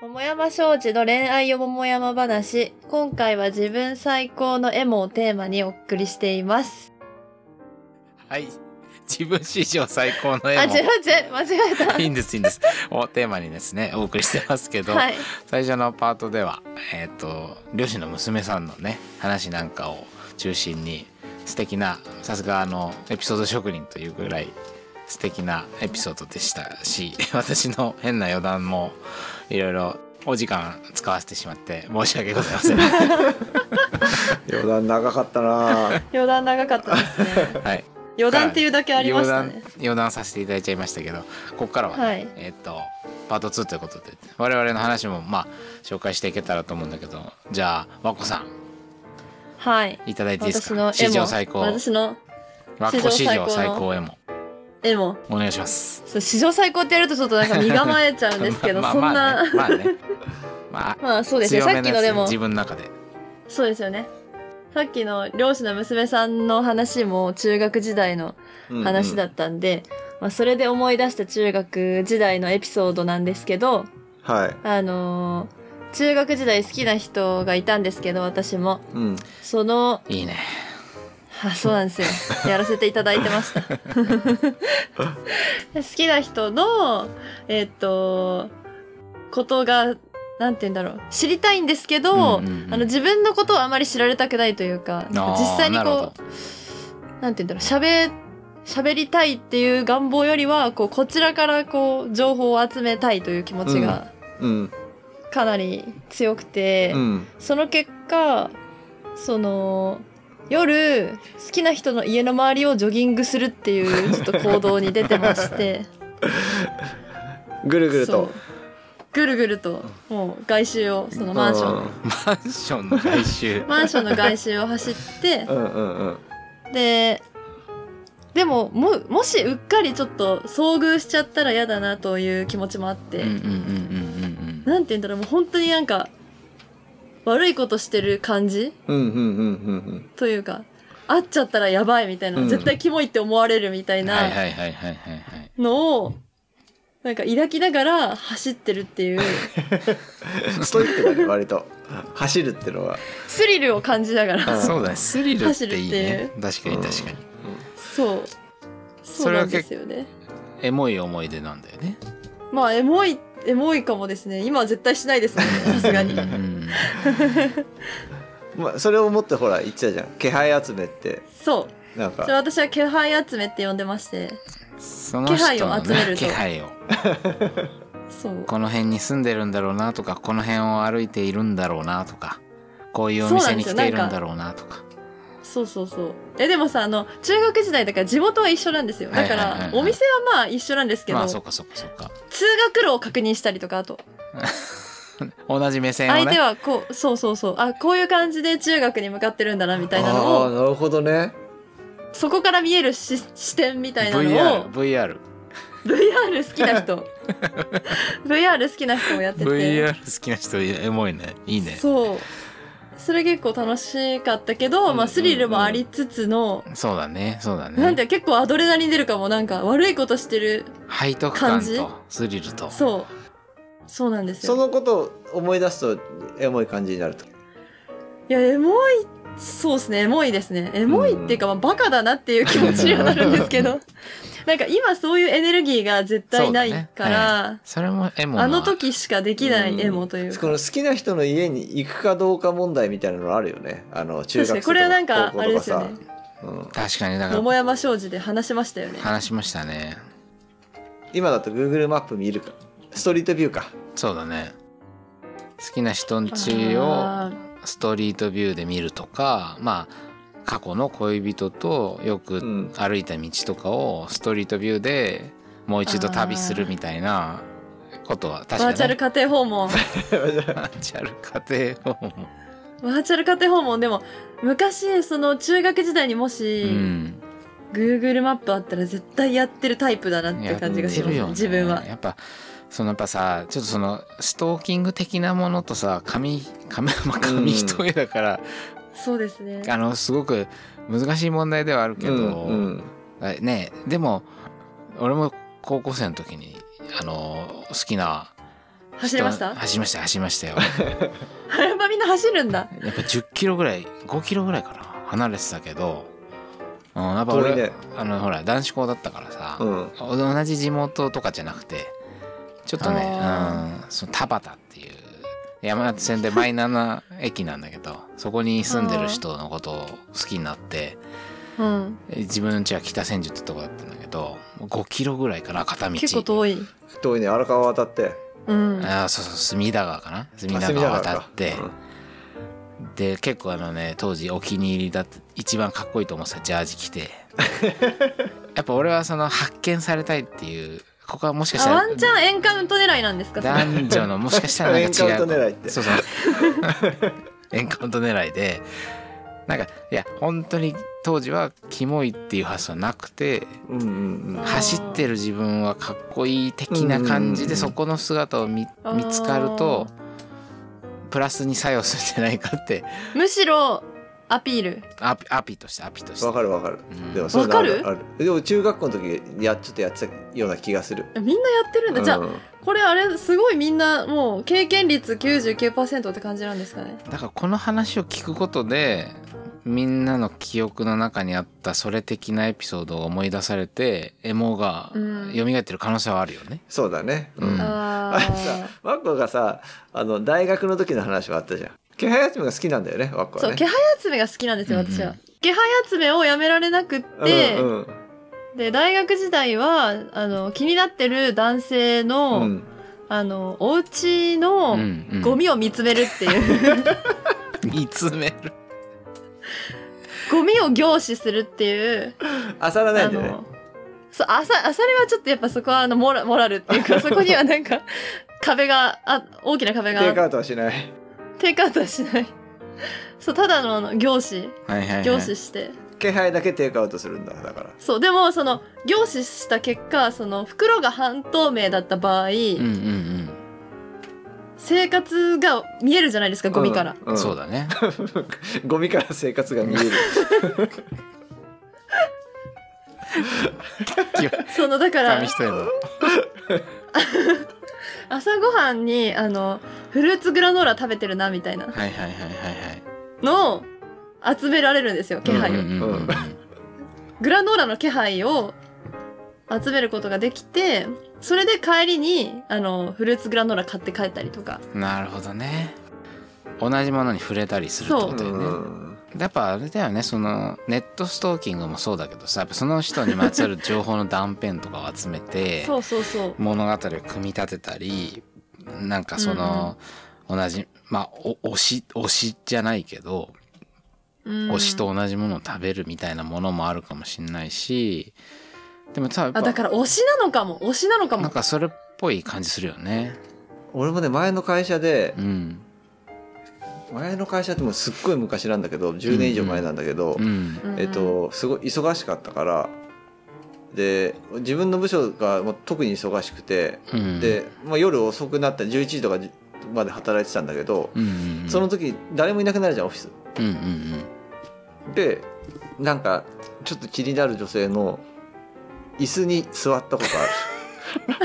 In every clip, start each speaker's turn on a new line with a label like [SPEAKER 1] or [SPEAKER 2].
[SPEAKER 1] 桃山商事の恋愛よ桃山話。今回は自分最高のエモをテーマにお送りしています。
[SPEAKER 2] はい。自分史上最高の
[SPEAKER 1] あ、
[SPEAKER 2] 絵
[SPEAKER 1] 違う違
[SPEAKER 2] も。
[SPEAKER 1] う、間違えた。
[SPEAKER 2] いいんです、いいんです。をテーマにですね、お送りしてますけど、
[SPEAKER 1] はい。
[SPEAKER 2] 最初のパートでは、えっ、と、両親の娘さんのね、話なんかを中心に、素敵な、さすがあの、エピソード職人というぐらい、素敵なエピソードでしたし、 私の変な余談も、いろいろお時間使わせてしまって、申し訳ございま せん。
[SPEAKER 3] 余談長かった な
[SPEAKER 1] 余談長かったです ね。
[SPEAKER 2] はい。
[SPEAKER 1] 余談っていうだけありました
[SPEAKER 2] 余
[SPEAKER 1] ね
[SPEAKER 2] 談。余談させていただいちゃいましたけどここからはね、
[SPEAKER 1] はい
[SPEAKER 2] えっとパート2ということで我々の話もまあ紹介していけたらと思うんだけどじゃあ和子さ
[SPEAKER 1] はい。
[SPEAKER 2] んいただいていいで
[SPEAKER 1] 私
[SPEAKER 2] す
[SPEAKER 1] のエ
[SPEAKER 2] か
[SPEAKER 1] モ。
[SPEAKER 2] 史上最高
[SPEAKER 1] 私の
[SPEAKER 2] 和子史
[SPEAKER 1] 史上
[SPEAKER 2] 上
[SPEAKER 1] 最
[SPEAKER 2] 最
[SPEAKER 1] 高の
[SPEAKER 2] 高へも
[SPEAKER 1] エモ。
[SPEAKER 2] お願いします
[SPEAKER 1] そう史上最高ってやるとちょっとなんか身構えちゃうんですけど、
[SPEAKER 2] まあ
[SPEAKER 1] そんな。
[SPEAKER 2] まあねまあねまあ
[SPEAKER 1] まあ そうですね。
[SPEAKER 2] 強
[SPEAKER 1] さ
[SPEAKER 2] め
[SPEAKER 1] っ
[SPEAKER 2] の
[SPEAKER 1] きの
[SPEAKER 2] やつ
[SPEAKER 1] で
[SPEAKER 2] ね
[SPEAKER 1] も、
[SPEAKER 2] 自分の中で
[SPEAKER 1] そうですよね。さっきの漁師の娘さんの話も中学時代の話だ
[SPEAKER 3] うん
[SPEAKER 1] ったんで、まあ、それで思い出した中学時代のエピソードなんですけど、
[SPEAKER 3] うんはい、
[SPEAKER 1] あのー中学時代好きな人がいたんですけど、私も。
[SPEAKER 3] うん、
[SPEAKER 1] その、
[SPEAKER 2] いいね
[SPEAKER 1] あそうなんですよ。やらせていただいてま した。好きな人の、えっと、ことが、なんて言うんだろう。知りたいんですけど、
[SPEAKER 2] うんうんうん
[SPEAKER 1] あの自分のことをあまり知られたくないというか、
[SPEAKER 2] あー
[SPEAKER 1] 実際に
[SPEAKER 2] なる
[SPEAKER 1] こ
[SPEAKER 2] ほ
[SPEAKER 1] う、なんて言うんだろう、喋、喋りたいっていう願望よりは、こう、こちらからこう、情報を集めたいという気持ちが
[SPEAKER 3] うん、
[SPEAKER 1] かなり強くて、
[SPEAKER 3] うん、
[SPEAKER 1] その結果その夜好きな人の家の周りをジョギングするっていうちょっと行動に出てまして
[SPEAKER 3] ぐ るぐる
[SPEAKER 1] そ
[SPEAKER 3] と
[SPEAKER 1] うぐるぐるともう外周をそのマンション
[SPEAKER 2] マンションの回 収
[SPEAKER 1] マンションの外周を走 って
[SPEAKER 3] うんうんうん
[SPEAKER 1] ででももうもしうっかりちょっと遭遇しちゃったら嫌だなという気持ちもあって、
[SPEAKER 2] うんうんうんうんうん
[SPEAKER 1] なんて言うんだろうもう本当になんか悪いことしてる感じ
[SPEAKER 3] うんうんうんうん
[SPEAKER 1] というか会っちゃったらやばいみたいな、
[SPEAKER 3] うん
[SPEAKER 1] 絶対キモいって思われるみたい
[SPEAKER 2] うん
[SPEAKER 1] な、
[SPEAKER 2] はいはいはいはいはいはい
[SPEAKER 1] のを、なんか抱きながら走ってるって いう、
[SPEAKER 3] うんストイックだね割と走るってのは
[SPEAKER 1] スリルを感じながら。
[SPEAKER 3] うん
[SPEAKER 2] そうだねスリルっていい
[SPEAKER 1] 走る
[SPEAKER 2] ね
[SPEAKER 1] っ
[SPEAKER 2] 確かに確かに
[SPEAKER 1] そう。そうなんですよね。
[SPEAKER 2] エモい思い出なんだよね
[SPEAKER 1] まあ、エモい、エモいかもですね。今は絶対しないですもんね。さす がに。
[SPEAKER 2] うん
[SPEAKER 3] うんまあ、それを思ってほら言ってたじゃん気配集めって
[SPEAKER 1] そう。
[SPEAKER 3] なんか
[SPEAKER 1] それ私は気配集めって呼んでまして。
[SPEAKER 2] その人の、
[SPEAKER 1] 気配
[SPEAKER 2] ね、
[SPEAKER 1] を集めると
[SPEAKER 2] 気配を
[SPEAKER 1] そう。
[SPEAKER 2] この辺に住んでるんだろうなとかこの辺を歩いているんだろうなとかこういうお店に来ているんだろうなとか
[SPEAKER 1] そうそうそう。え、でもさ、あの、中学時代だから地元は一緒なんですよ。だか
[SPEAKER 2] はいはい
[SPEAKER 1] ら
[SPEAKER 2] は、いはい
[SPEAKER 1] お店はまあ一緒なんですけど、
[SPEAKER 2] まあそっかそっかそっか
[SPEAKER 1] 通学路を確認したりとか、あと、
[SPEAKER 2] 同じ目線をね
[SPEAKER 1] 相手はこう、そうそうそう。あ、こういう感じで中学に向かってるんだな、みたいなの
[SPEAKER 3] あ
[SPEAKER 1] を
[SPEAKER 3] あ、なるほどね
[SPEAKER 1] そこから見えるし視点みたいなの
[SPEAKER 2] VR
[SPEAKER 1] を
[SPEAKER 2] VR
[SPEAKER 1] VR 好きな 人 VR 好きな人もやってて
[SPEAKER 2] VR 好きな人エモいねいいね
[SPEAKER 1] そうそれ結構楽しかったけど、
[SPEAKER 3] うんうんう
[SPEAKER 1] まあ、
[SPEAKER 3] ん
[SPEAKER 1] スリルもありつつの、
[SPEAKER 2] そうだねそう
[SPEAKER 1] な
[SPEAKER 2] だ
[SPEAKER 1] んて
[SPEAKER 2] ね
[SPEAKER 1] いうか結構アドレナリン出るかもなんか悪いことしてる
[SPEAKER 2] 背徳感
[SPEAKER 1] 感じ
[SPEAKER 2] とスリルと
[SPEAKER 1] そうそうなんです
[SPEAKER 3] そ
[SPEAKER 1] よ
[SPEAKER 3] のことを思い出すとエモい感じになると
[SPEAKER 1] いやエモいそうですねエモいですねエモいっていうか、まあ、バカだなっていう気持ちにはなるんですけどなんか今そういうエネルギーが絶対ないから、
[SPEAKER 2] それもエモな
[SPEAKER 1] あの時しかできないエモというか
[SPEAKER 3] この好きな人の家に行くかどうか問題みたいなのあるよねあの中
[SPEAKER 1] 確かに
[SPEAKER 3] 学生と
[SPEAKER 1] これはなんか
[SPEAKER 3] 高校
[SPEAKER 1] あれ
[SPEAKER 3] と
[SPEAKER 1] で
[SPEAKER 3] か
[SPEAKER 1] すよ
[SPEAKER 3] さ
[SPEAKER 1] ね
[SPEAKER 3] うん、
[SPEAKER 2] 確かにだか
[SPEAKER 1] 桃山商事で話しましたよね
[SPEAKER 2] ら話しましたね
[SPEAKER 3] 今だと Google マップ見るかストリートビューか
[SPEAKER 2] そうだね好きな人んちを
[SPEAKER 1] あ
[SPEAKER 2] ストリートビューで見るとかまあ過去の恋人とよ
[SPEAKER 3] う
[SPEAKER 2] く
[SPEAKER 3] ん
[SPEAKER 2] 歩いた道とかをストリートビューでもう一度旅するみたいなことは
[SPEAKER 1] ー
[SPEAKER 2] 確か
[SPEAKER 1] バ
[SPEAKER 2] に
[SPEAKER 1] ーチャル家庭訪問
[SPEAKER 2] バーチャル家庭訪問
[SPEAKER 1] バーチャル家庭訪問でも昔その中学時代にもし、
[SPEAKER 2] うん、
[SPEAKER 1] Google マップあったら絶対やってるタイプだなって感じがします、
[SPEAKER 2] やってるよね
[SPEAKER 1] 自分は
[SPEAKER 2] やっぱそのやっぱさちょっとそのストーキング的なものとさ紙紙まあ紙一重だから、
[SPEAKER 1] そうですね
[SPEAKER 2] あのすごく難しい問題ではあるけど、
[SPEAKER 3] うん
[SPEAKER 2] あねでも俺も高校生の時にあの好きな
[SPEAKER 1] 走れました
[SPEAKER 2] 走りました走りましたよ
[SPEAKER 1] あやっぱみんな走るんだ
[SPEAKER 2] やっぱ10キロぐらい5キロぐらいかな離れてたけど、うん、やっぱ
[SPEAKER 3] 遠い
[SPEAKER 2] 俺、
[SPEAKER 3] ね
[SPEAKER 2] あのほら男子校だったからさ、
[SPEAKER 3] うん
[SPEAKER 2] 同じ地元とかじゃなくてちょっとね、
[SPEAKER 1] あ
[SPEAKER 2] うん、その田端っていう山手線でマイナーな駅なんだけどそこに住んでる人のことを好きになって
[SPEAKER 1] うん
[SPEAKER 2] 自分の家は北千住ってとこだったんだけど5キロぐらいかな片道
[SPEAKER 1] 結構遠い
[SPEAKER 3] 遠いね荒川渡って
[SPEAKER 1] うん
[SPEAKER 2] あーそうそう隅田川かな隅
[SPEAKER 3] あ
[SPEAKER 2] 田
[SPEAKER 3] 隅
[SPEAKER 2] 川
[SPEAKER 3] か
[SPEAKER 2] 渡って、で結構あのね当時お気に入りだって一番かっこいいと思ってたジャージ着てやっぱ俺はその発見されたいっていうここはもしかし
[SPEAKER 1] あ
[SPEAKER 2] たら
[SPEAKER 1] ワンチャンエンカウント狙いなんですかそれ
[SPEAKER 2] 男女のもしかしたらなんか違う
[SPEAKER 3] エンカウント狙いって
[SPEAKER 2] そうそう エンカウント狙いでなんかいや本当に当時はキモいっていう発想はなくて
[SPEAKER 3] うんうんうん
[SPEAKER 1] あー
[SPEAKER 2] 走ってる自分はかっこいい的な感じ
[SPEAKER 3] うんうんうんう
[SPEAKER 2] で
[SPEAKER 3] ん
[SPEAKER 2] そこの姿を見
[SPEAKER 1] あー
[SPEAKER 2] 見つかるとプラスに作用するんじゃないかって
[SPEAKER 1] むしろアピール
[SPEAKER 2] アピアピとしてアピとして
[SPEAKER 3] わかるわかる、
[SPEAKER 2] うん
[SPEAKER 3] でもそういうのあ
[SPEAKER 1] わか
[SPEAKER 3] あるでも中学校の時やちょっとやってたような気がする、
[SPEAKER 1] みんなやってるんだ、じゃあ
[SPEAKER 3] う
[SPEAKER 1] これあれすごいみんなもう経験率99%って感じなんですかね
[SPEAKER 2] だからこの話を聞くことでみんなの記憶の中にあったそれ的なエピソードを思い出されてエモが
[SPEAKER 1] うん
[SPEAKER 2] 蘇ってる可能性はあるよね。
[SPEAKER 3] そうだね、
[SPEAKER 2] うん
[SPEAKER 1] あ
[SPEAKER 3] あれさ
[SPEAKER 1] あ
[SPEAKER 3] ワッコがさあの大学の時の話はあったじゃん気配集めが好きなんだよねワッコは
[SPEAKER 1] そう
[SPEAKER 3] ね
[SPEAKER 1] 気配集めが好きなんですよ
[SPEAKER 2] うんうん
[SPEAKER 1] 私は、気配集めをやめられなくって、
[SPEAKER 3] うんうん
[SPEAKER 1] で大学時代はあの気になってる男性の、
[SPEAKER 3] うん
[SPEAKER 1] あのお家の
[SPEAKER 2] うんうん
[SPEAKER 1] ゴミを見つめるって いう、
[SPEAKER 2] 見つめる
[SPEAKER 1] ゴミを凝視するっていう
[SPEAKER 3] 朝らない
[SPEAKER 1] あ
[SPEAKER 3] んだよね
[SPEAKER 1] のそうあさあそれはちょっとやっぱそこはあのモラモラルっていう かそこにはなんか壁があ大きな壁が
[SPEAKER 3] テイクアウトはしない
[SPEAKER 1] テイクアウトはしないそうただのあの凝視
[SPEAKER 2] はいはいはい
[SPEAKER 1] 凝視して、
[SPEAKER 3] 気配だけテイクアウトするんだだから
[SPEAKER 1] そうでもその凝視した結果その袋が半透明だった場合、
[SPEAKER 2] うんうん
[SPEAKER 1] 生活が見えるじゃないですかゴミから、
[SPEAKER 2] うん、そう
[SPEAKER 3] だ
[SPEAKER 2] だね。
[SPEAKER 3] ゴミから生活が見える
[SPEAKER 1] そのだから
[SPEAKER 2] 紙一重の。
[SPEAKER 1] 朝ごはんにあのフルーツグラノーラ食べてるなみたいな
[SPEAKER 2] はいはいはいはいはい。
[SPEAKER 1] のを集められるんですよ気配を、
[SPEAKER 2] うんうんうんうん
[SPEAKER 1] グラノーラの気配を集めることができてそれで帰りにあのフルーツグラノーラ買って帰ったりとか
[SPEAKER 2] なるほどね。同じものに触れたりするってことよね。
[SPEAKER 3] うん
[SPEAKER 2] やっぱあれだよねそのネットストーキングもそうだけどさやっぱその人にまつわる情報の断片とかを集めて
[SPEAKER 1] そうそうそう
[SPEAKER 2] 物語を組み立てたりなんかその、同じまあお推し推しじゃないけど、
[SPEAKER 1] うん
[SPEAKER 2] 推しと同じものを食べるみたいなものもあるかもしんないしでもさやっぱ
[SPEAKER 1] あだから推しなのかも推しなのか
[SPEAKER 2] なん
[SPEAKER 1] も
[SPEAKER 2] かそれっぽい感じするよね。
[SPEAKER 3] 俺もね前の会社で
[SPEAKER 2] うん
[SPEAKER 3] 前の会社ってもうすっごい昔なんだけど10年以上前なんだけど、
[SPEAKER 2] うん
[SPEAKER 1] うん
[SPEAKER 3] えっとすごい忙しかったからで自分の部署がもう特に忙しくて
[SPEAKER 2] うん、
[SPEAKER 3] で、まあ、夜遅くなった11時とかまで働いてたんだけど、
[SPEAKER 2] うんうんうん、
[SPEAKER 3] その時誰もいなくなるじゃんオフィス。
[SPEAKER 2] うんうんうん
[SPEAKER 3] でなんかちょっと気になる女性の椅子に座ったこと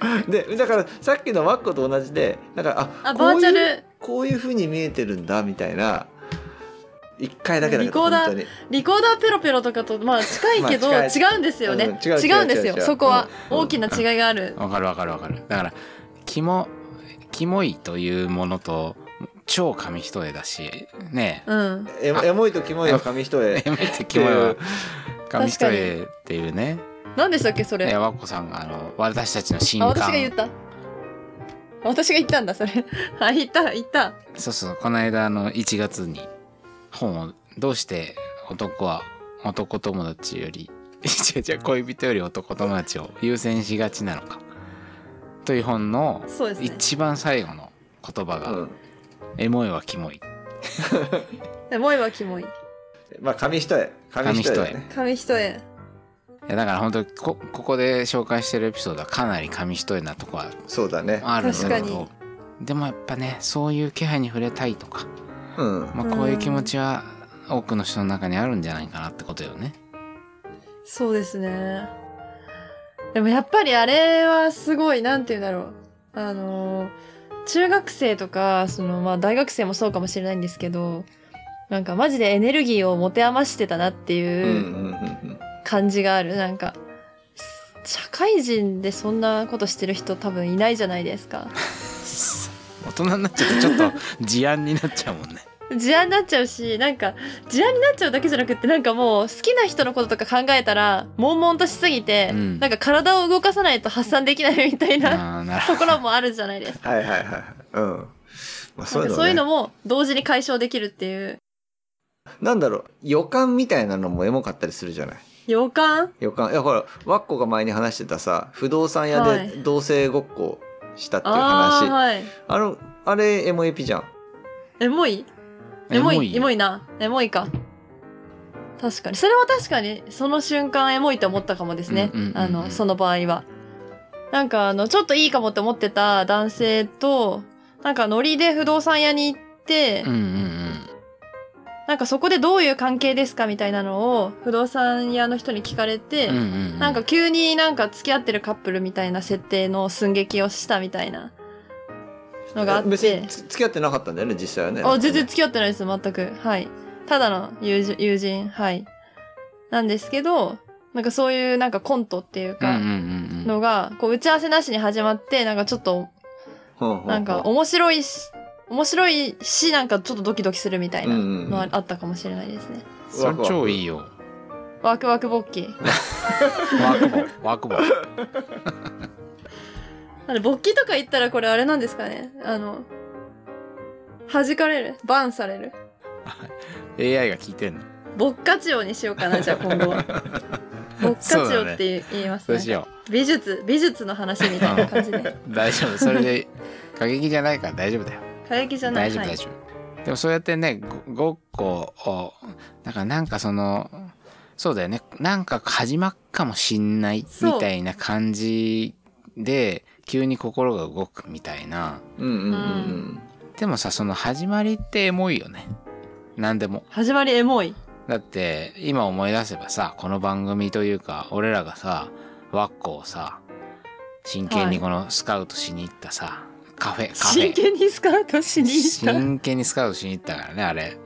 [SPEAKER 3] あ る。でだからさっきのマッコと同じでなんかあ
[SPEAKER 1] あバーチャル
[SPEAKER 3] こういうこういうふうに見えてるんだみたいな一回だけだけ
[SPEAKER 1] リ
[SPEAKER 3] ど
[SPEAKER 1] コーダー
[SPEAKER 3] 本当に
[SPEAKER 1] リコーダーペロペロとかと まあ近いけど、
[SPEAKER 3] まあ近
[SPEAKER 1] 違うんですよね、
[SPEAKER 3] うん
[SPEAKER 1] 違う
[SPEAKER 3] 違う違うん
[SPEAKER 1] です
[SPEAKER 3] 違う
[SPEAKER 1] よ
[SPEAKER 3] 違う
[SPEAKER 1] そこは
[SPEAKER 3] うん
[SPEAKER 1] 大きな違いがある、
[SPEAKER 2] わかるわかるわかるだからキモキモいというものと超紙一重だしね
[SPEAKER 1] うん、
[SPEAKER 3] エモエモいとキモいは紙一重
[SPEAKER 2] え エモいってキモいは紙一重っていうね
[SPEAKER 1] 何でしたっけそ
[SPEAKER 2] え
[SPEAKER 1] れ
[SPEAKER 2] 和子さんがあの私たちの新
[SPEAKER 1] あ
[SPEAKER 2] 刊
[SPEAKER 1] 私が言った私が言ったんだそれ あ言った言った
[SPEAKER 2] そうそうこの間あの1月に本を「どうして男は男友達より 違う違う恋人より男友達を優先しがちなのか」という本の
[SPEAKER 1] そうですね
[SPEAKER 2] 一番最後の言葉が「
[SPEAKER 3] うん
[SPEAKER 2] エモいはキモい」
[SPEAKER 1] でもエはキモい
[SPEAKER 3] まあ紙一重紙一重だね
[SPEAKER 1] 紙一重
[SPEAKER 2] いやだから本当にこここで紹介してるエピソードはかなり紙一重なとこは
[SPEAKER 3] そうだね
[SPEAKER 2] あるん
[SPEAKER 1] 確
[SPEAKER 2] だ
[SPEAKER 1] か
[SPEAKER 2] け
[SPEAKER 1] に
[SPEAKER 2] どでもやっぱねそういう気配に触れたいとか、
[SPEAKER 3] うん
[SPEAKER 2] まあ、こういう気持ちは多くの人の中にあるんじゃないかなってことよね。
[SPEAKER 1] そうですねでもやっぱりあれはすごいなんて言うんだろうあのー中学生とかその、まあ、大学生もそうかもしれないんですけどなんかマジでエネルギーを持て余してたなって
[SPEAKER 3] うん
[SPEAKER 1] い
[SPEAKER 3] う
[SPEAKER 1] うん
[SPEAKER 3] うんうん
[SPEAKER 1] 感じがある、なんか社会人でそんなことしてる人多分いないじゃないですか
[SPEAKER 2] 大人になっちゃうとちょっと事案になっちゃうもんね。
[SPEAKER 1] 事案になっちゃうしなんか事案になっちゃうだけじゃなくってなんかもう好きな人のこととか考えたら悶々としすぎて、
[SPEAKER 2] うん
[SPEAKER 1] なんか体を動かさないと発散できないみたいな
[SPEAKER 2] ああなる ほ
[SPEAKER 1] ところもあるじゃないですか
[SPEAKER 3] はいはいはいはい。うん。まあ
[SPEAKER 1] なんか
[SPEAKER 3] ね
[SPEAKER 1] そういうのも同時に解消できるっていう
[SPEAKER 3] なんだろう、予感みたいなのもエモかったりするじゃない
[SPEAKER 1] 予感
[SPEAKER 3] 予感。いや、ほら、ワッコが前に話してたさ、不動産屋
[SPEAKER 1] は
[SPEAKER 3] で
[SPEAKER 1] い
[SPEAKER 3] 同性ごっこしたっていう
[SPEAKER 1] あ
[SPEAKER 3] 話。
[SPEAKER 1] あはい
[SPEAKER 3] あの、あれ、エモエピじゃん。
[SPEAKER 1] エモい
[SPEAKER 2] ど。
[SPEAKER 1] エモいエモ
[SPEAKER 2] い。
[SPEAKER 1] いなエモいか確かにそれは確かにその瞬間エモいと思ったかもですね、
[SPEAKER 2] うんうんうんうん
[SPEAKER 1] あのその場合はなんかあのちょっといいかもって思ってた男性となんかノリで不動産屋に行って、
[SPEAKER 2] うんうんうん。
[SPEAKER 1] なんかそこでどういう関係ですかみたいなのを不動産屋の人に聞かれて、
[SPEAKER 2] うんうんうん
[SPEAKER 1] なんか急になんか付き合ってるカップルみたいな設定の寸劇をしたみたいなのがあっ
[SPEAKER 3] 別
[SPEAKER 1] て
[SPEAKER 3] につ付き合ってなかったんだよね、実際はね。
[SPEAKER 1] あ全然付き合ってないです全くはいただの友人友人はいなんですけどなんかそういうなんかコントっていう
[SPEAKER 2] うんう
[SPEAKER 1] か
[SPEAKER 2] んうんうん。
[SPEAKER 1] のがこう打ち合わせなしに始まってなんかちょっと
[SPEAKER 3] ほうほうほう
[SPEAKER 1] なんか面白いし面白いしなんかちょっとドキドキするみたいな
[SPEAKER 3] うんうんうん
[SPEAKER 1] のはあったかもしれないですね
[SPEAKER 2] それ超いいよ。
[SPEAKER 1] ワクワクボッキー
[SPEAKER 2] ワークボーワークボー。
[SPEAKER 1] あの、勃起とか言ったらこれあれなんですかねあの、弾かれるバンされる
[SPEAKER 2] AI が聞いてんの。
[SPEAKER 1] 勃ッカチオにしようかな、じゃあ今後 は。勃ッカチオって言います
[SPEAKER 2] そ
[SPEAKER 1] ね。
[SPEAKER 2] うしよ
[SPEAKER 1] 美術、美術の話みたいな感じで。
[SPEAKER 2] う。大丈夫。それで過激じゃないから大丈夫だよ。
[SPEAKER 1] 過激じゃない。
[SPEAKER 2] 大丈夫
[SPEAKER 1] はい
[SPEAKER 2] 大丈夫。でもそうやってねごごっこをだからなんかそのそうだよねなんか始まっかもしんない
[SPEAKER 1] そう
[SPEAKER 2] みたいな感じで急に心が動くみたいな
[SPEAKER 3] うんうんうんうん。
[SPEAKER 2] でもさその始まりってエモいよね何でも
[SPEAKER 1] 始まりエモい。
[SPEAKER 2] だって今思い出せばさこの番組というか俺らがさワッコをさ真剣にこのスカウトしに行ったさ、カフェカフェ
[SPEAKER 1] 真剣にスカウトしに行っ
[SPEAKER 2] 真剣にスカウトしに行ったからねあれ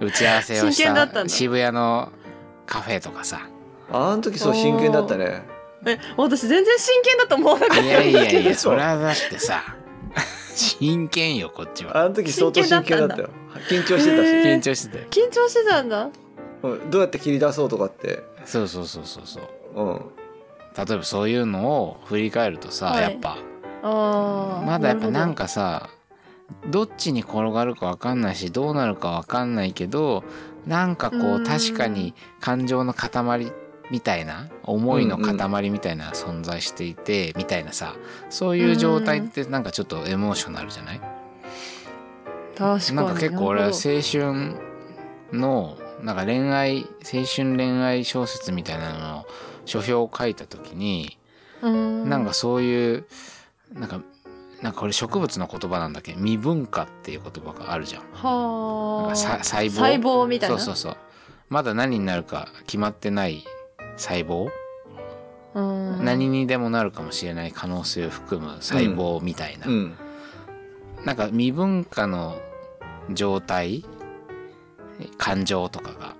[SPEAKER 2] 打ち合わせをし
[SPEAKER 1] 真剣だったん
[SPEAKER 2] た
[SPEAKER 1] だ
[SPEAKER 2] 渋谷のカフェとかさ
[SPEAKER 3] あの時そう真剣だったね。
[SPEAKER 1] た。え、私全然真剣だと思わなかっ
[SPEAKER 2] いや
[SPEAKER 1] たんで
[SPEAKER 2] い
[SPEAKER 1] す
[SPEAKER 2] や
[SPEAKER 1] け
[SPEAKER 2] い
[SPEAKER 1] ど
[SPEAKER 2] や。それはだってさ真剣よこっちは
[SPEAKER 3] あの時相当真剣だったよ。緊張してたし、
[SPEAKER 1] へー
[SPEAKER 2] 緊張してたよ
[SPEAKER 1] 緊張してたんだ。
[SPEAKER 3] うんどうやって切り出そうとかって。
[SPEAKER 2] そうそうそうそうそう
[SPEAKER 3] うん。
[SPEAKER 2] 例えばそういうのを振り返るとさ、
[SPEAKER 1] はい
[SPEAKER 2] やっぱ
[SPEAKER 1] ああ。
[SPEAKER 2] まだやっぱなん
[SPEAKER 1] か。
[SPEAKER 2] かさどっちに転がるか分かんないしどうなるか分かんないけどなんかこ
[SPEAKER 1] う
[SPEAKER 2] うん確かに感情の塊みたいな思いの塊みたいな存在していて、みたいなさそういう状態ってなんかちょっとエモーショナルじゃない、
[SPEAKER 1] 確かに。
[SPEAKER 2] なんか結構俺は
[SPEAKER 1] な
[SPEAKER 2] 青
[SPEAKER 1] るほど
[SPEAKER 2] 春のなんか恋愛青春恋愛小説みたいなのの書評を書いた時に
[SPEAKER 1] うーん
[SPEAKER 2] なんかそういうなんかなんかこれ植物の言葉なんだっけ未文化っていう言葉があるじゃん。なん
[SPEAKER 1] は
[SPEAKER 2] か
[SPEAKER 1] あ。
[SPEAKER 2] さ細胞
[SPEAKER 1] 細胞みたいな。
[SPEAKER 2] そうそうそうまだ何になるか決まってない細胞、
[SPEAKER 1] うーん
[SPEAKER 2] 何にでもなるかもしれない可能性を含む細胞みたいな、
[SPEAKER 3] うん。
[SPEAKER 2] なんか未文化の状態感情とかが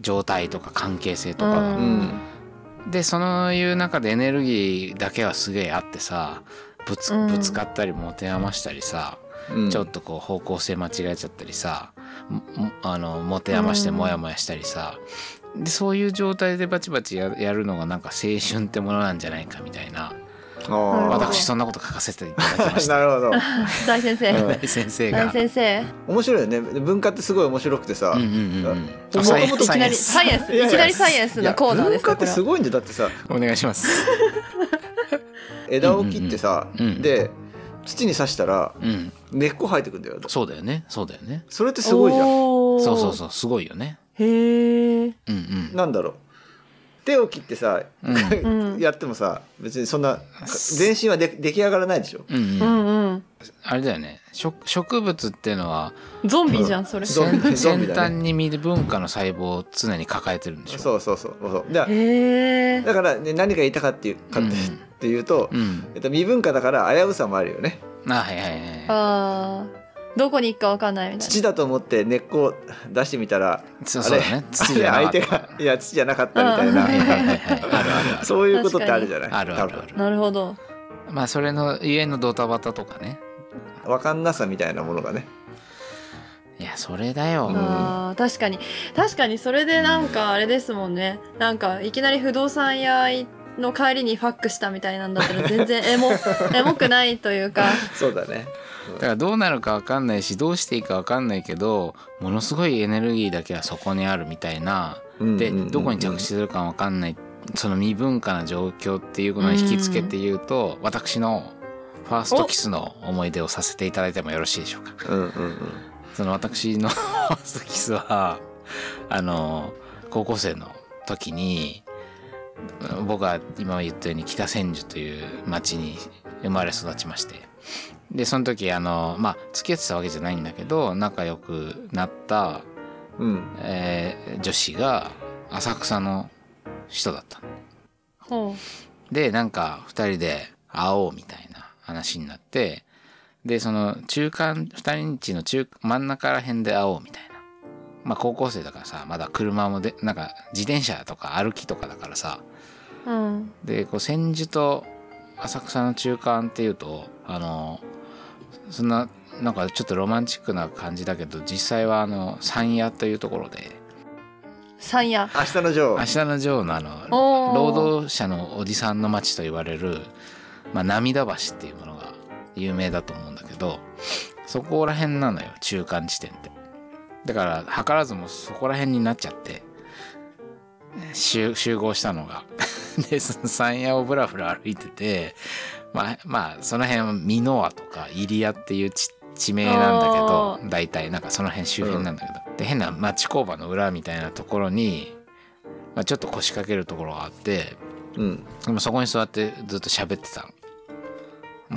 [SPEAKER 2] 状態とか関係性とかが
[SPEAKER 3] う
[SPEAKER 1] うんん。
[SPEAKER 2] でそのいう中でエネルギーだけはすげえあってさぶつ
[SPEAKER 1] うん
[SPEAKER 2] ぶつかったり持て余したりさ、
[SPEAKER 3] うん
[SPEAKER 2] ちょっとこう方向性間違えちゃったりさももあの持て余してモヤモヤしたりさ、でそういう状態でバチバチややるのがなんか青春ってものなんじゃないかみたい
[SPEAKER 1] な
[SPEAKER 2] な
[SPEAKER 1] るほど
[SPEAKER 2] 私そんなこと書かせていただきました
[SPEAKER 3] なるほど。
[SPEAKER 1] 大先生。
[SPEAKER 3] うん
[SPEAKER 2] 大先生
[SPEAKER 1] 大
[SPEAKER 2] が。
[SPEAKER 1] 先生。
[SPEAKER 3] 面白いよね。文化ってすごい面白くてさ。
[SPEAKER 2] うんうんうんうん
[SPEAKER 3] あ
[SPEAKER 2] あサイエン
[SPEAKER 3] もともと
[SPEAKER 1] いきなり
[SPEAKER 2] サ
[SPEAKER 1] サ
[SPEAKER 2] イエン
[SPEAKER 1] イエンス。
[SPEAKER 3] いやいや
[SPEAKER 1] いきなりサイエンス
[SPEAKER 3] いや
[SPEAKER 1] のコーナーです
[SPEAKER 3] 文化
[SPEAKER 1] か
[SPEAKER 3] ってす
[SPEAKER 1] こ
[SPEAKER 3] ごいんだよだってさ
[SPEAKER 2] お願いします。
[SPEAKER 3] 枝を切ってさ、
[SPEAKER 2] うんうんうん
[SPEAKER 3] で土に刺したら
[SPEAKER 2] うん、
[SPEAKER 3] 根っこ生えてくんだよ
[SPEAKER 2] そうだよね、そうだよね。
[SPEAKER 3] それって
[SPEAKER 1] れ
[SPEAKER 3] すごいじゃん
[SPEAKER 1] そ
[SPEAKER 2] そうそうそう、すごいよね。
[SPEAKER 1] う。へえ。
[SPEAKER 2] うんうん。
[SPEAKER 3] なんだろう手を切ってさ、
[SPEAKER 2] うん
[SPEAKER 1] うん
[SPEAKER 3] やってもさ別にそんな全身はで出来上がらないでしょ
[SPEAKER 2] うん
[SPEAKER 1] う
[SPEAKER 2] うん、
[SPEAKER 1] んうん
[SPEAKER 2] あれだよね植植物っていうのは
[SPEAKER 1] ゾンビじゃんそれ
[SPEAKER 3] ゾン
[SPEAKER 2] 先
[SPEAKER 3] ビゾンビ
[SPEAKER 2] 先
[SPEAKER 3] だ
[SPEAKER 2] 端
[SPEAKER 3] ね
[SPEAKER 2] に未文化の細胞を常に抱えてるんでしょ
[SPEAKER 3] そうそうそうそうだから
[SPEAKER 1] へえ
[SPEAKER 3] だから、ね、何が言いたかっていうか
[SPEAKER 2] う
[SPEAKER 3] って,、
[SPEAKER 2] ん
[SPEAKER 3] っていうと、
[SPEAKER 2] うん
[SPEAKER 3] えっと、未文化だから危うさもあるよね
[SPEAKER 2] あはいはいは
[SPEAKER 1] あーどこに行くかわかんないみたい
[SPEAKER 3] 土だと思って根っこを出してみたら
[SPEAKER 2] いそうそうだ
[SPEAKER 3] あれ
[SPEAKER 2] ね土じゃなか
[SPEAKER 3] あ
[SPEAKER 2] った
[SPEAKER 3] れ相手がいや土じゃなかったみたい
[SPEAKER 2] はいはいはい
[SPEAKER 3] な
[SPEAKER 2] はいあるあるある
[SPEAKER 3] そういうことってあるじゃない
[SPEAKER 2] あるあるあ
[SPEAKER 1] ななるほど
[SPEAKER 2] るまあそれのゆえのドタバタとかね
[SPEAKER 3] 多分わかんなさみたいなものがね
[SPEAKER 2] いやそれだよ、
[SPEAKER 3] うん
[SPEAKER 1] あー確かに確かにそれでなんかあれですもんねなんかいきなり不動産屋の帰りにファックしたみたいなんだったら全然エ モエモくないというか
[SPEAKER 3] そうだね
[SPEAKER 2] だからどうなるか分かんないしどうしていいか分かんないけどものすごいエネルギーだけはそこにあるみたいなでどこに着地するか分かんないその未文化な状況っていうのに引きつけて言うと私のファーストキスの思い出をさせていただいてもよろしいでしょうか
[SPEAKER 3] うんうんうん
[SPEAKER 2] その私の ファーストキスはあの高校生の時に僕は今言ったように北千住という町に生まれ育ちましてでその時あのまあ付き合ってたわけじゃないんだけど仲良くなった、
[SPEAKER 3] うん
[SPEAKER 2] えー女子が浅草の人だったの
[SPEAKER 1] ほ
[SPEAKER 2] でなんか2人で会おうみたいな話になってでその中間2人んちの中真ん中ら辺で会おうみたいなまあ高校生だからさまだ車もでなんか自転車とか歩きとかだからさ
[SPEAKER 1] ううん
[SPEAKER 2] でこう千住と浅草の中間っていうとあのそんななんかちょっとロマンチックな感じだけど実際はあの山谷というところで
[SPEAKER 1] 山屋
[SPEAKER 3] 明日のジョ
[SPEAKER 2] 明
[SPEAKER 3] ー
[SPEAKER 2] 日のジョーのあの
[SPEAKER 1] おー
[SPEAKER 2] 労働者のおじさんの町と言われる、まあ、涙橋っていうものが有名だと思うんだけどそこら辺なのよ中間地点ってだから図らずもそこら辺になっちゃって集集合したのが でその山谷をぶらぶら歩いててまあまあその辺は箕輪とか入谷っていう地地名なんだけ
[SPEAKER 1] お
[SPEAKER 2] ど
[SPEAKER 1] ー
[SPEAKER 2] 大体なんかその辺周辺なんだけど、で変な町工場の裏みたいなところに、まあ、ちょっと腰掛けるところがあって
[SPEAKER 3] うん
[SPEAKER 2] でもそこに座ってずっと喋ってたのも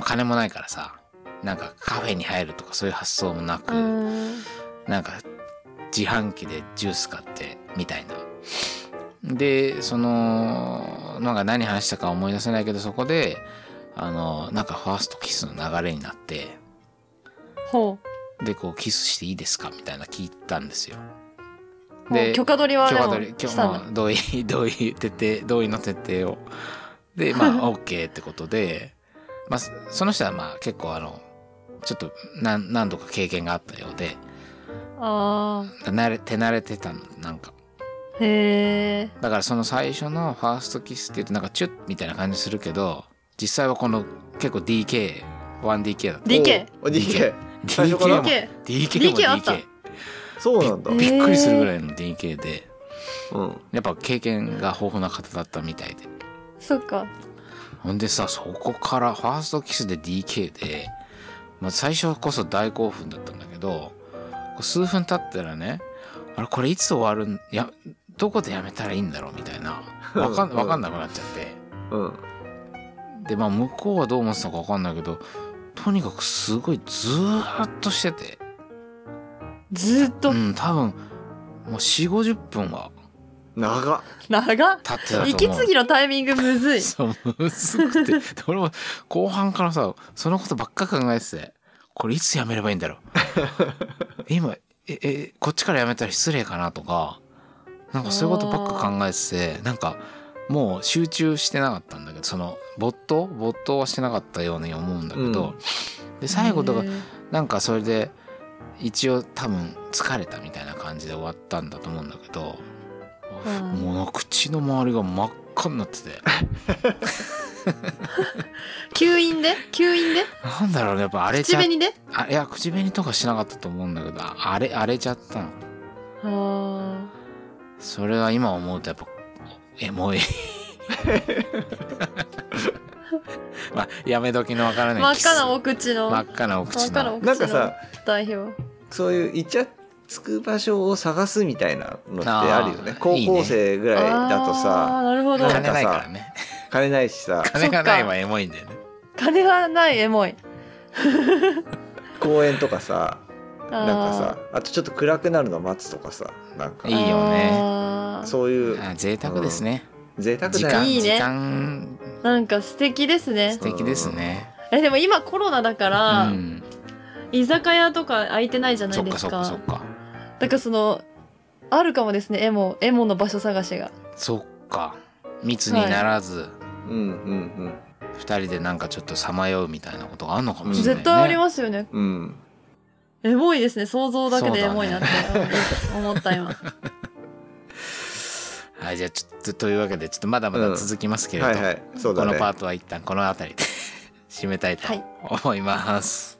[SPEAKER 2] う金もないからさなんかカフェに入るとかそういう発想もなく、
[SPEAKER 1] うん
[SPEAKER 2] なんか自販機でジュース買ってみたいな。でそのなんか何話したか思い出せないけどそこであのなんかファーストキスの流れになって
[SPEAKER 1] ほ
[SPEAKER 2] でこうキスしていいですかみたいな聞いたんですよ。
[SPEAKER 1] うほう許可取りはで
[SPEAKER 2] 許可
[SPEAKER 1] も
[SPEAKER 2] 取り許
[SPEAKER 1] したんだ
[SPEAKER 2] まあ同意 同意徹底同意の徹底をでまあ OK ってことで、まあ、そその人はまあ結構あのちょっと何何度か経験があったようで
[SPEAKER 1] あ
[SPEAKER 2] 慣れ手慣れてたのなんか
[SPEAKER 1] ーへえ
[SPEAKER 2] だからその最初のファーストキスって言うとなんかチュッみたいな感じするけど実際はこの結構 DK1DK だった
[SPEAKER 1] DK
[SPEAKER 3] お DK 最初
[SPEAKER 2] DK
[SPEAKER 3] か
[SPEAKER 2] も
[SPEAKER 3] ら
[SPEAKER 1] DK
[SPEAKER 2] DK も
[SPEAKER 1] DK あった
[SPEAKER 2] DK
[SPEAKER 3] そうなんだ、
[SPEAKER 1] え
[SPEAKER 2] びっくりするぐらいの DK で
[SPEAKER 3] うん
[SPEAKER 2] やっぱ経験が豊富な方だったみたいで
[SPEAKER 1] そっか
[SPEAKER 2] ほんでさそこからファーストキスで DK で、まあ、最初こそ大興奮だったんだけどこう数分経ったらねあれこれいつ終わるんいやどこでやめたらいいんだろうみたいな わかんわかんなくなっちゃって。
[SPEAKER 3] うん
[SPEAKER 2] でまあ向こうはどう思ってたか分かんないけどとにかくすごいずーっとしてて
[SPEAKER 1] ずーっと
[SPEAKER 2] うん多分もう4 5 0分は
[SPEAKER 3] 長っ
[SPEAKER 1] 長っ
[SPEAKER 2] 経ってたと思う
[SPEAKER 1] 息継ぎのタイミングむずい
[SPEAKER 2] そうむずくてで俺も後半からさそのことばっか考えててこれいつやめればいいんだろう今ええこっちからやめたら失礼かなとかなんかそういうことばっか考えててなんかもう集中してなかったんだけどその没頭没頭はしてなかったように思うんだけど、で最後と
[SPEAKER 1] へ
[SPEAKER 2] か
[SPEAKER 1] ー
[SPEAKER 2] なんかそれで一応多分疲れたみたいな感じで終わったんだと思うんだけど、
[SPEAKER 1] うん
[SPEAKER 2] もう口の周りが真っ赤になってて
[SPEAKER 1] 吸引で吸引で
[SPEAKER 2] なんだろうねやっぱ荒れち
[SPEAKER 1] 口
[SPEAKER 2] ゃっ
[SPEAKER 1] 紅で
[SPEAKER 2] あいや口紅とかしなかったと思うんだけどあ荒れ荒れちゃったの
[SPEAKER 1] あー
[SPEAKER 2] それは今思うとやっぱエモいまあやめ時のわからな
[SPEAKER 1] 真
[SPEAKER 2] い
[SPEAKER 1] っ
[SPEAKER 2] キス
[SPEAKER 1] 赤なお口の
[SPEAKER 2] 真っ赤なお口の
[SPEAKER 1] 真っ赤なお口の
[SPEAKER 3] なんかさ
[SPEAKER 1] 代表
[SPEAKER 3] そういうイチャつく場所を探すみたいなのって
[SPEAKER 2] あー
[SPEAKER 3] あるよね高
[SPEAKER 2] いいね
[SPEAKER 3] 校生ぐらいだと
[SPEAKER 1] あー
[SPEAKER 3] さ
[SPEAKER 1] なるほど
[SPEAKER 3] な
[SPEAKER 2] 金
[SPEAKER 3] んかさ
[SPEAKER 2] ないからね
[SPEAKER 3] 金ないしさ
[SPEAKER 2] 金がないはエモいんだよね
[SPEAKER 1] 金はないエモい
[SPEAKER 3] 公園とかさ
[SPEAKER 1] なん
[SPEAKER 3] なんかさあとちょっと暗くなるの待つとかさなんか
[SPEAKER 2] いいよね
[SPEAKER 3] そういう
[SPEAKER 2] あ贅沢ですね、
[SPEAKER 3] 贅沢
[SPEAKER 2] 時
[SPEAKER 3] だ
[SPEAKER 2] 間
[SPEAKER 3] よ
[SPEAKER 1] いいね
[SPEAKER 2] 時間
[SPEAKER 1] なんか素敵ですね
[SPEAKER 2] 素敵ですね
[SPEAKER 1] えでも今コロナだか
[SPEAKER 2] う
[SPEAKER 1] ら、
[SPEAKER 2] ん
[SPEAKER 1] 居酒屋とか空いてないじゃな
[SPEAKER 2] そ
[SPEAKER 1] い
[SPEAKER 2] っ
[SPEAKER 1] で
[SPEAKER 2] か
[SPEAKER 1] す
[SPEAKER 2] そっ
[SPEAKER 1] か
[SPEAKER 2] かそっか
[SPEAKER 1] だからそのあるかもですねエモエモの場所探しが
[SPEAKER 2] そっか密にならず、
[SPEAKER 3] うんうん
[SPEAKER 2] 二人でなんかちょっとさまようみたいなことがあるのかもしれない、ね、
[SPEAKER 1] 絶対ありますよね
[SPEAKER 3] うんうん
[SPEAKER 1] エモいですね想像だけでエモいなって
[SPEAKER 2] そ
[SPEAKER 1] 思った今
[SPEAKER 2] はいじゃあちょっとというわけでちょっとまだまだ続きますけれど、
[SPEAKER 3] はいはいそうだ
[SPEAKER 2] この
[SPEAKER 3] ね
[SPEAKER 2] パートは一旦この辺りで締めたいと
[SPEAKER 1] はい
[SPEAKER 2] 思います、